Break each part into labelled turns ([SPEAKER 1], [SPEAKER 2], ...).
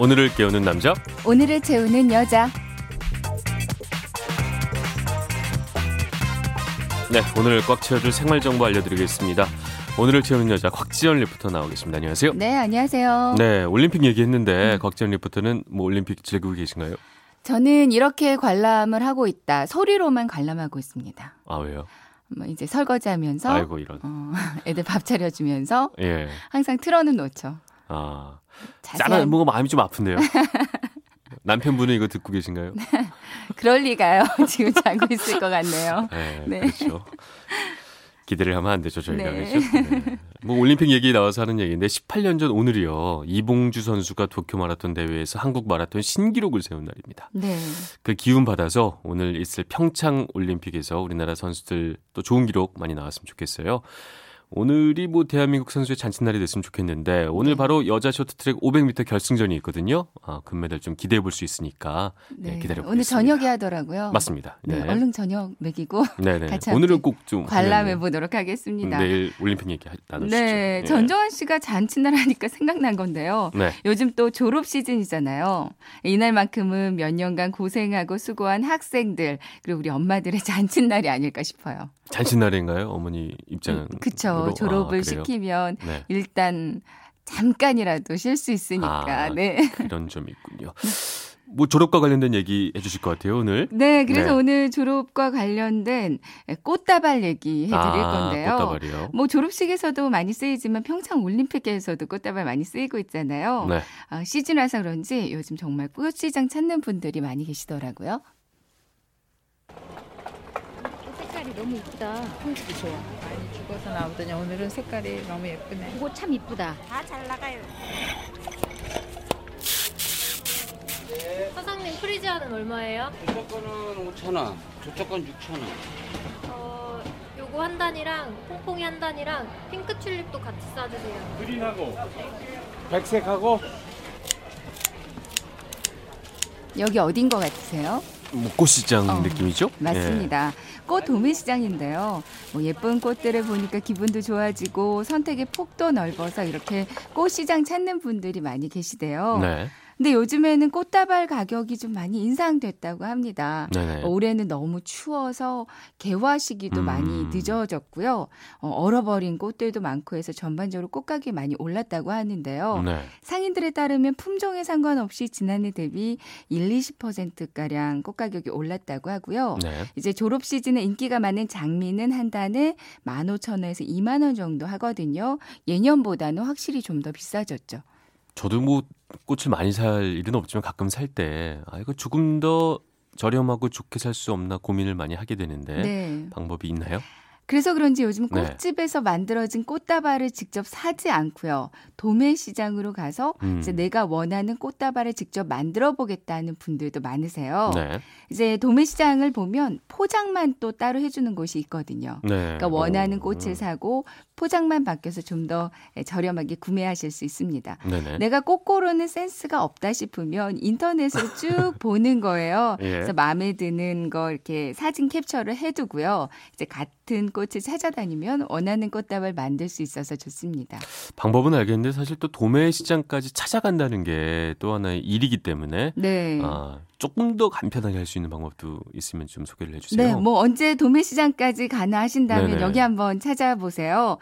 [SPEAKER 1] 오늘을 깨우는 남자
[SPEAKER 2] 오늘을 채우는 여자.
[SPEAKER 1] 네 오늘을 꽉 채워줄 생활 정보 알려드리겠습니다 오늘을 채우는 여자 곽지연 리포터 나오겠습니다 안녕하세요
[SPEAKER 2] 네, 음. 안녕하세요.
[SPEAKER 1] 네 올림픽 얘기했는데 곽지연 리포터는 뭐 올림픽 즐기고 계신가요
[SPEAKER 2] 저는 이렇게 관람을 하고 있다. 소리로만 관람하고 있습니다.
[SPEAKER 1] 아 왜요
[SPEAKER 2] 뭐 이제 설거지하면서
[SPEAKER 1] 아이고 이런
[SPEAKER 2] 어, 애들 밥 차려주면서
[SPEAKER 1] 예아 아,
[SPEAKER 2] 항상 틀어는 놓죠.
[SPEAKER 1] 짠한
[SPEAKER 2] 자세한
[SPEAKER 1] 뭔가 마음이 좀 아픈데요 남편분은 이거 듣고 계신가요
[SPEAKER 2] 그럴 리가요. 지금 자고 있을 것 같네요.
[SPEAKER 1] 네,
[SPEAKER 2] 네.
[SPEAKER 1] 그렇죠. 기대를 하면 안 되죠, 저희가.
[SPEAKER 2] 네.
[SPEAKER 1] 그렇죠? 네. 뭐 올림픽 얘기 나와서 하는 얘기인데 18년 전 오늘이요. 이봉주 선수가 도쿄 마라톤 대회에서 한국 마라톤 신기록을 세운 날입니다.
[SPEAKER 2] 네.
[SPEAKER 1] 그 기운 받아서 오늘 있을 평창 올림픽에서 우리나라 선수들 또 좋은 기록 많이 나왔으면 좋겠어요. 오늘이 뭐 대한민국 선수의 잔칫날이 됐으면 좋겠는데 오늘
[SPEAKER 2] 네.
[SPEAKER 1] 바로 여자 쇼트트랙 500m 결승전이 있거든요. 아, 금메달 좀 기대해 볼 수 있으니까 네, 기다려 보겠습니다.
[SPEAKER 2] 오늘 저녁에 하더라고요.
[SPEAKER 1] 맞습니다.
[SPEAKER 2] 네,
[SPEAKER 1] 네.
[SPEAKER 2] 얼른 저녁 먹이고
[SPEAKER 1] 네네.
[SPEAKER 2] 같이
[SPEAKER 1] 오늘은
[SPEAKER 2] 함께
[SPEAKER 1] 꼭좀
[SPEAKER 2] 관람해 보도록 하겠습니다.
[SPEAKER 1] 네, 내일 올림픽 얘기 하- 나누시죠.
[SPEAKER 2] 네,
[SPEAKER 1] 예.
[SPEAKER 2] 전정환 씨가 잔치날 하니까 생각난 건데요.
[SPEAKER 1] 네.
[SPEAKER 2] 요즘 또 졸업 시즌이잖아요. 이날만큼은 몇 년간 고생하고 수고한 학생들 그리고 우리 엄마들의 잔칫날이 아닐까 싶어요.
[SPEAKER 1] 잔칫날인가요? 어머니 입장은. 아,
[SPEAKER 2] 그쵸. 졸업을 시키면
[SPEAKER 1] 네.
[SPEAKER 2] 일단 잠깐이라도 쉴 수 있으니까.
[SPEAKER 1] 아,
[SPEAKER 2] 네.
[SPEAKER 1] 그런 점이 있군요. 뭐 졸업과 관련된 얘기 해주실 것 같아요 오늘.
[SPEAKER 2] 네, 그래서
[SPEAKER 1] 네.
[SPEAKER 2] 오늘 졸업과 관련된 꽃다발 얘기 해드릴
[SPEAKER 1] 아,
[SPEAKER 2] 건데요.
[SPEAKER 1] 꽃다발이요.
[SPEAKER 2] 뭐 졸업식에서도 많이 쓰이지만 평창 올림픽에서도 꽃다발 많이 쓰이고 있잖아요.
[SPEAKER 1] 네.
[SPEAKER 2] 아, 시즌화서 그런지 요즘 정말 꽃시장 찾는 분들이 많이 계시더라고요.
[SPEAKER 3] 색깔이 너무 이쁘다. 콩집이 좋아.
[SPEAKER 4] 많이 죽어서 나오더니 오늘은 색깔이 너무 예쁘네.
[SPEAKER 3] 그거 참 이쁘다.
[SPEAKER 5] 다 잘 나가요.
[SPEAKER 6] 사장님 프리지아는 얼마예요?
[SPEAKER 7] 이쪽 거는 5,000원, 저쪽 건 6,000원.
[SPEAKER 6] 어, 요거 한 단이랑 퐁퐁이 한 단이랑 핑크 튤립도 같이 싸주세요.
[SPEAKER 8] 백색하고
[SPEAKER 2] 여기 어딘 것 같으세요?
[SPEAKER 1] 뭐 꽃시장
[SPEAKER 2] 어,
[SPEAKER 1] 느낌이죠? 예.
[SPEAKER 2] 맞습니다.
[SPEAKER 1] 네.
[SPEAKER 2] 꽃 도매시장인데요. 뭐 예쁜 꽃들을 보니까 기분도 좋아지고 선택의 폭도 넓어서 이렇게 꽃시장 찾는 분들이 많이
[SPEAKER 1] 예.
[SPEAKER 2] 계시대요.
[SPEAKER 1] 네.
[SPEAKER 2] 근데 요즘에는 꽃다발 가격이 좀 많이 인상됐다고 합니다.
[SPEAKER 1] 네네.
[SPEAKER 2] 올해는 너무 추워서 개화 시기도
[SPEAKER 1] 음.
[SPEAKER 2] 많이 늦어졌고요. 어, 얼어버린 꽃들도 많고 해서 전반적으로 꽃 가격이 많이 올랐다고 하는데요.
[SPEAKER 1] 네.
[SPEAKER 2] 상인들에 따르면 품종에 상관없이 지난해 대비 1, 20%가량 꽃 가격이 올랐다고 하고요.
[SPEAKER 1] 네.
[SPEAKER 2] 이제 졸업 시즌에 인기가 많은 장미는 한 단에 15,000원에서 2만 원 정도 하거든요. 예년보다는 확실히 좀 더 비싸졌죠.
[SPEAKER 1] 저도 뭐 꽃을 많이 살 일은 없지만 가끔 살 때 아 이거 조금 더 저렴하고 좋게 살 수 없나 고민을 많이 하게 되는데
[SPEAKER 2] 네.
[SPEAKER 1] 방법이 있나요?
[SPEAKER 2] 그래서 그런지 요즘
[SPEAKER 1] 네.
[SPEAKER 2] 꽃집에서 만들어진 꽃다발을 직접 사지 않고요. 도매 시장으로 가서
[SPEAKER 1] 음.
[SPEAKER 2] 이제 내가 원하는 꽃다발을 직접 만들어 보겠다는 분들도 많으세요.
[SPEAKER 1] 네.
[SPEAKER 2] 이제 도매 시장을 보면 포장만 또 따로 해주는 곳이 있거든요.
[SPEAKER 1] 네.
[SPEAKER 2] 그러니까 원하는
[SPEAKER 1] 오.
[SPEAKER 2] 꽃을 사고 포장만 바뀌어서 좀 더 예, 저렴하게 구매하실 수 있습니다.
[SPEAKER 1] 음. 네네.
[SPEAKER 2] 내가 꽃 고르는 센스가 없다 싶으면 인터넷으로 쭉 보는 거예요.
[SPEAKER 1] 예.
[SPEAKER 2] 그래서 마음에 드는 거 이렇게 사진 캡처를 해두고요. 이제 같은 꽃을 찾아다니면 원하는 꽃다발 만들 수 있어서 좋습니다.
[SPEAKER 1] 방법은 알겠는데 사실 또 도매 시장까지 찾아간다는 게 또 하나의 일이기 때문에
[SPEAKER 2] 네.
[SPEAKER 1] 아, 조금 더 간편하게 할 수 있는 방법도 있으면 좀 소개를 해주세요.
[SPEAKER 2] 네, 뭐 언제 도매시장까지 가나 하신다면
[SPEAKER 1] 네네.
[SPEAKER 2] 여기 한번 찾아보세요.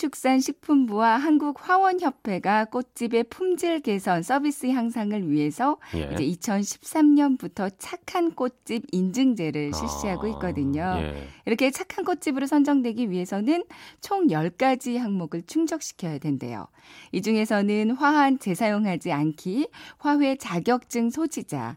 [SPEAKER 2] 농림축산식품부와 한국화원협회가 꽃집의 품질 개선 서비스 향상을 위해서
[SPEAKER 1] 예.
[SPEAKER 2] 이제 2013년부터 착한 꽃집 인증제를 실시하고
[SPEAKER 1] 아,
[SPEAKER 2] 있거든요.
[SPEAKER 1] 예.
[SPEAKER 2] 이렇게 착한 꽃집으로 선정되기 위해서는 총 10가지 항목을 충족시켜야 된대요. 이 중에서는 화한 재사용하지 않기, 화훼 자격증 소지자,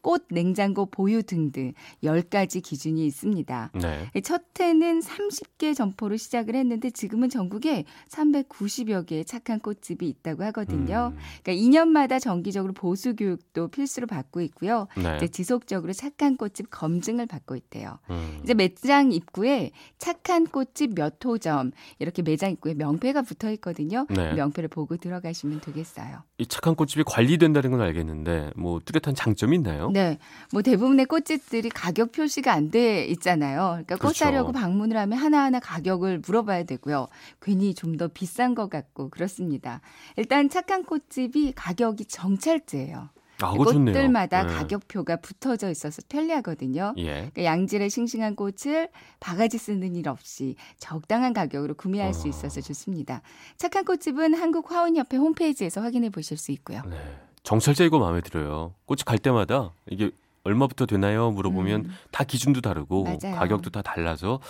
[SPEAKER 2] 꽃 냉장고 보유 등등 10가지 기준이 있습니다.
[SPEAKER 1] 네.
[SPEAKER 2] 첫 해는 30개 점포로 시작을 했는데 지금은 전국에 390여 개의 착한 꽃집이 있다고
[SPEAKER 1] 음.
[SPEAKER 2] 하거든요. 그러니까 2년마다 정기적으로 보수 교육도 필수로 받고 있고요.
[SPEAKER 1] 음, 네.
[SPEAKER 2] 이제 지속적으로 착한 꽃집 검증을 받고 있대요.
[SPEAKER 1] 음,
[SPEAKER 2] 이제 매장 입구에 착한 꽃집 몇 호점 이렇게 매장 입구에 명패가 붙어 있거든요.
[SPEAKER 1] 네.
[SPEAKER 2] 명패를 보고 들어가시면 되겠어요.
[SPEAKER 1] 이 착한 꽃집이 관리된다는 건 알겠는데 뭐 뚜렷한 장점이 있나요?
[SPEAKER 2] 네. 뭐 대부분의 꽃집들이 가격 표시가 안 돼 있잖아요. 그러니까 꽃
[SPEAKER 1] 그렇죠.
[SPEAKER 2] 사려고 방문을 하면 하나하나 가격을 물어봐야 되고요. 괜히 좀 더 비싼 것 같고 그렇습니다. 일단 착한 꽃집이 가격이 정찰제예요.
[SPEAKER 1] 아, 그거 좋네요.
[SPEAKER 2] 꽃들마다
[SPEAKER 1] 예.
[SPEAKER 2] 가격표가 붙어져 있어서 편리하거든요.
[SPEAKER 1] 예.
[SPEAKER 2] 그러니까 양질의 싱싱한 꽃을 바가지 쓰는 일 없이 적당한 가격으로 구매할 수
[SPEAKER 1] 어.
[SPEAKER 2] 있어서 좋습니다. 착한 꽃집은 한국화원협회 홈페이지에서 확인해 보실 수 있고요.
[SPEAKER 1] 네. 정찰제 이거 마음에 들어요. 꽃이 갈 때마다 이게 얼마부터 되나요? 물어보면
[SPEAKER 2] 음.
[SPEAKER 1] 다 기준도 다르고
[SPEAKER 2] 맞아요.
[SPEAKER 1] 가격도 다 달라서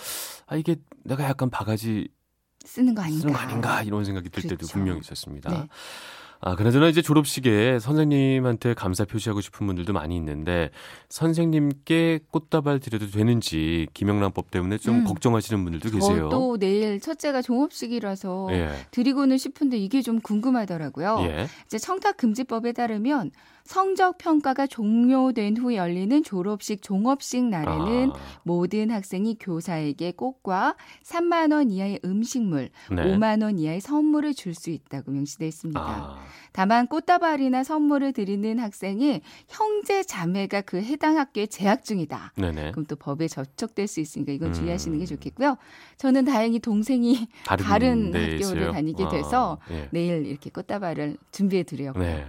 [SPEAKER 1] 아 이게 내가 약간 바가지
[SPEAKER 2] 쓰는 거 아닌가.
[SPEAKER 1] 쓰는 거 아닌가 이런 생각이 들 때도
[SPEAKER 2] 그렇죠.
[SPEAKER 1] 분명히 있었습니다.
[SPEAKER 2] 네.
[SPEAKER 1] 아, 그나저나 이제 졸업식에 선생님한테 감사 표시하고 싶은 분들도 많이 있는데 선생님께 꽃다발 드려도 되는지 김영란법 때문에 좀
[SPEAKER 2] 음.
[SPEAKER 1] 걱정하시는 분들도 계세요.
[SPEAKER 2] 저 또 내일 첫째가 종업식이라서
[SPEAKER 1] 예.
[SPEAKER 2] 드리고는 싶은데 이게 좀 궁금하더라고요.
[SPEAKER 1] 예.
[SPEAKER 2] 이제 청탁금지법에 따르면 성적 평가가 종료된 후 열리는 졸업식, 종업식 날에는
[SPEAKER 1] 아,
[SPEAKER 2] 모든 학생이 교사에게 꽃과 3만 원 이하의 음식물,
[SPEAKER 1] 네.
[SPEAKER 2] 5만 원 이하의 선물을 줄 수 있다고 명시돼 있습니다.
[SPEAKER 1] 아,
[SPEAKER 2] 다만 꽃다발이나 선물을 드리는 학생이 형제 자매가 그 해당 학교에 재학 중이다.
[SPEAKER 1] 네네.
[SPEAKER 2] 그럼 또 법에 저촉될 수 있으니까 이건
[SPEAKER 1] 음.
[SPEAKER 2] 주의하시는 게 좋겠고요. 저는 다행히 동생이
[SPEAKER 1] 다른,
[SPEAKER 2] 다른
[SPEAKER 1] 데에
[SPEAKER 2] 학교를
[SPEAKER 1] 있어요?
[SPEAKER 2] 다니게
[SPEAKER 1] 아,
[SPEAKER 2] 돼서
[SPEAKER 1] 예.
[SPEAKER 2] 내일 이렇게 꽃다발을 준비해 드렸고
[SPEAKER 1] 네.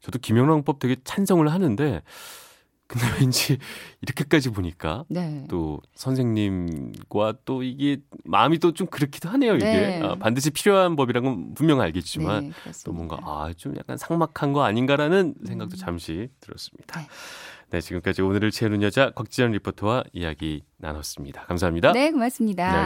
[SPEAKER 1] 저도 김영란법 되게 찬성을 하는데 근데 왠지 이렇게까지 보니까
[SPEAKER 2] 네.
[SPEAKER 1] 또 선생님과 또 이게 마음이 또 좀 그렇기도 하네요. 이게
[SPEAKER 2] 네.
[SPEAKER 1] 아, 반드시 필요한 법이란 건 분명 알겠지만
[SPEAKER 2] 네,
[SPEAKER 1] 또
[SPEAKER 2] 그렇습니다.
[SPEAKER 1] 뭔가 아 좀 약간 삭막한 거 아닌가라는 생각도
[SPEAKER 2] 음.
[SPEAKER 1] 잠시 들었습니다.
[SPEAKER 2] 네.
[SPEAKER 1] 네, 지금까지 오늘을 채우는 여자 곽지연 리포터와 이야기 나눴습니다. 감사합니다.
[SPEAKER 2] 네, 고맙습니다.
[SPEAKER 1] 네,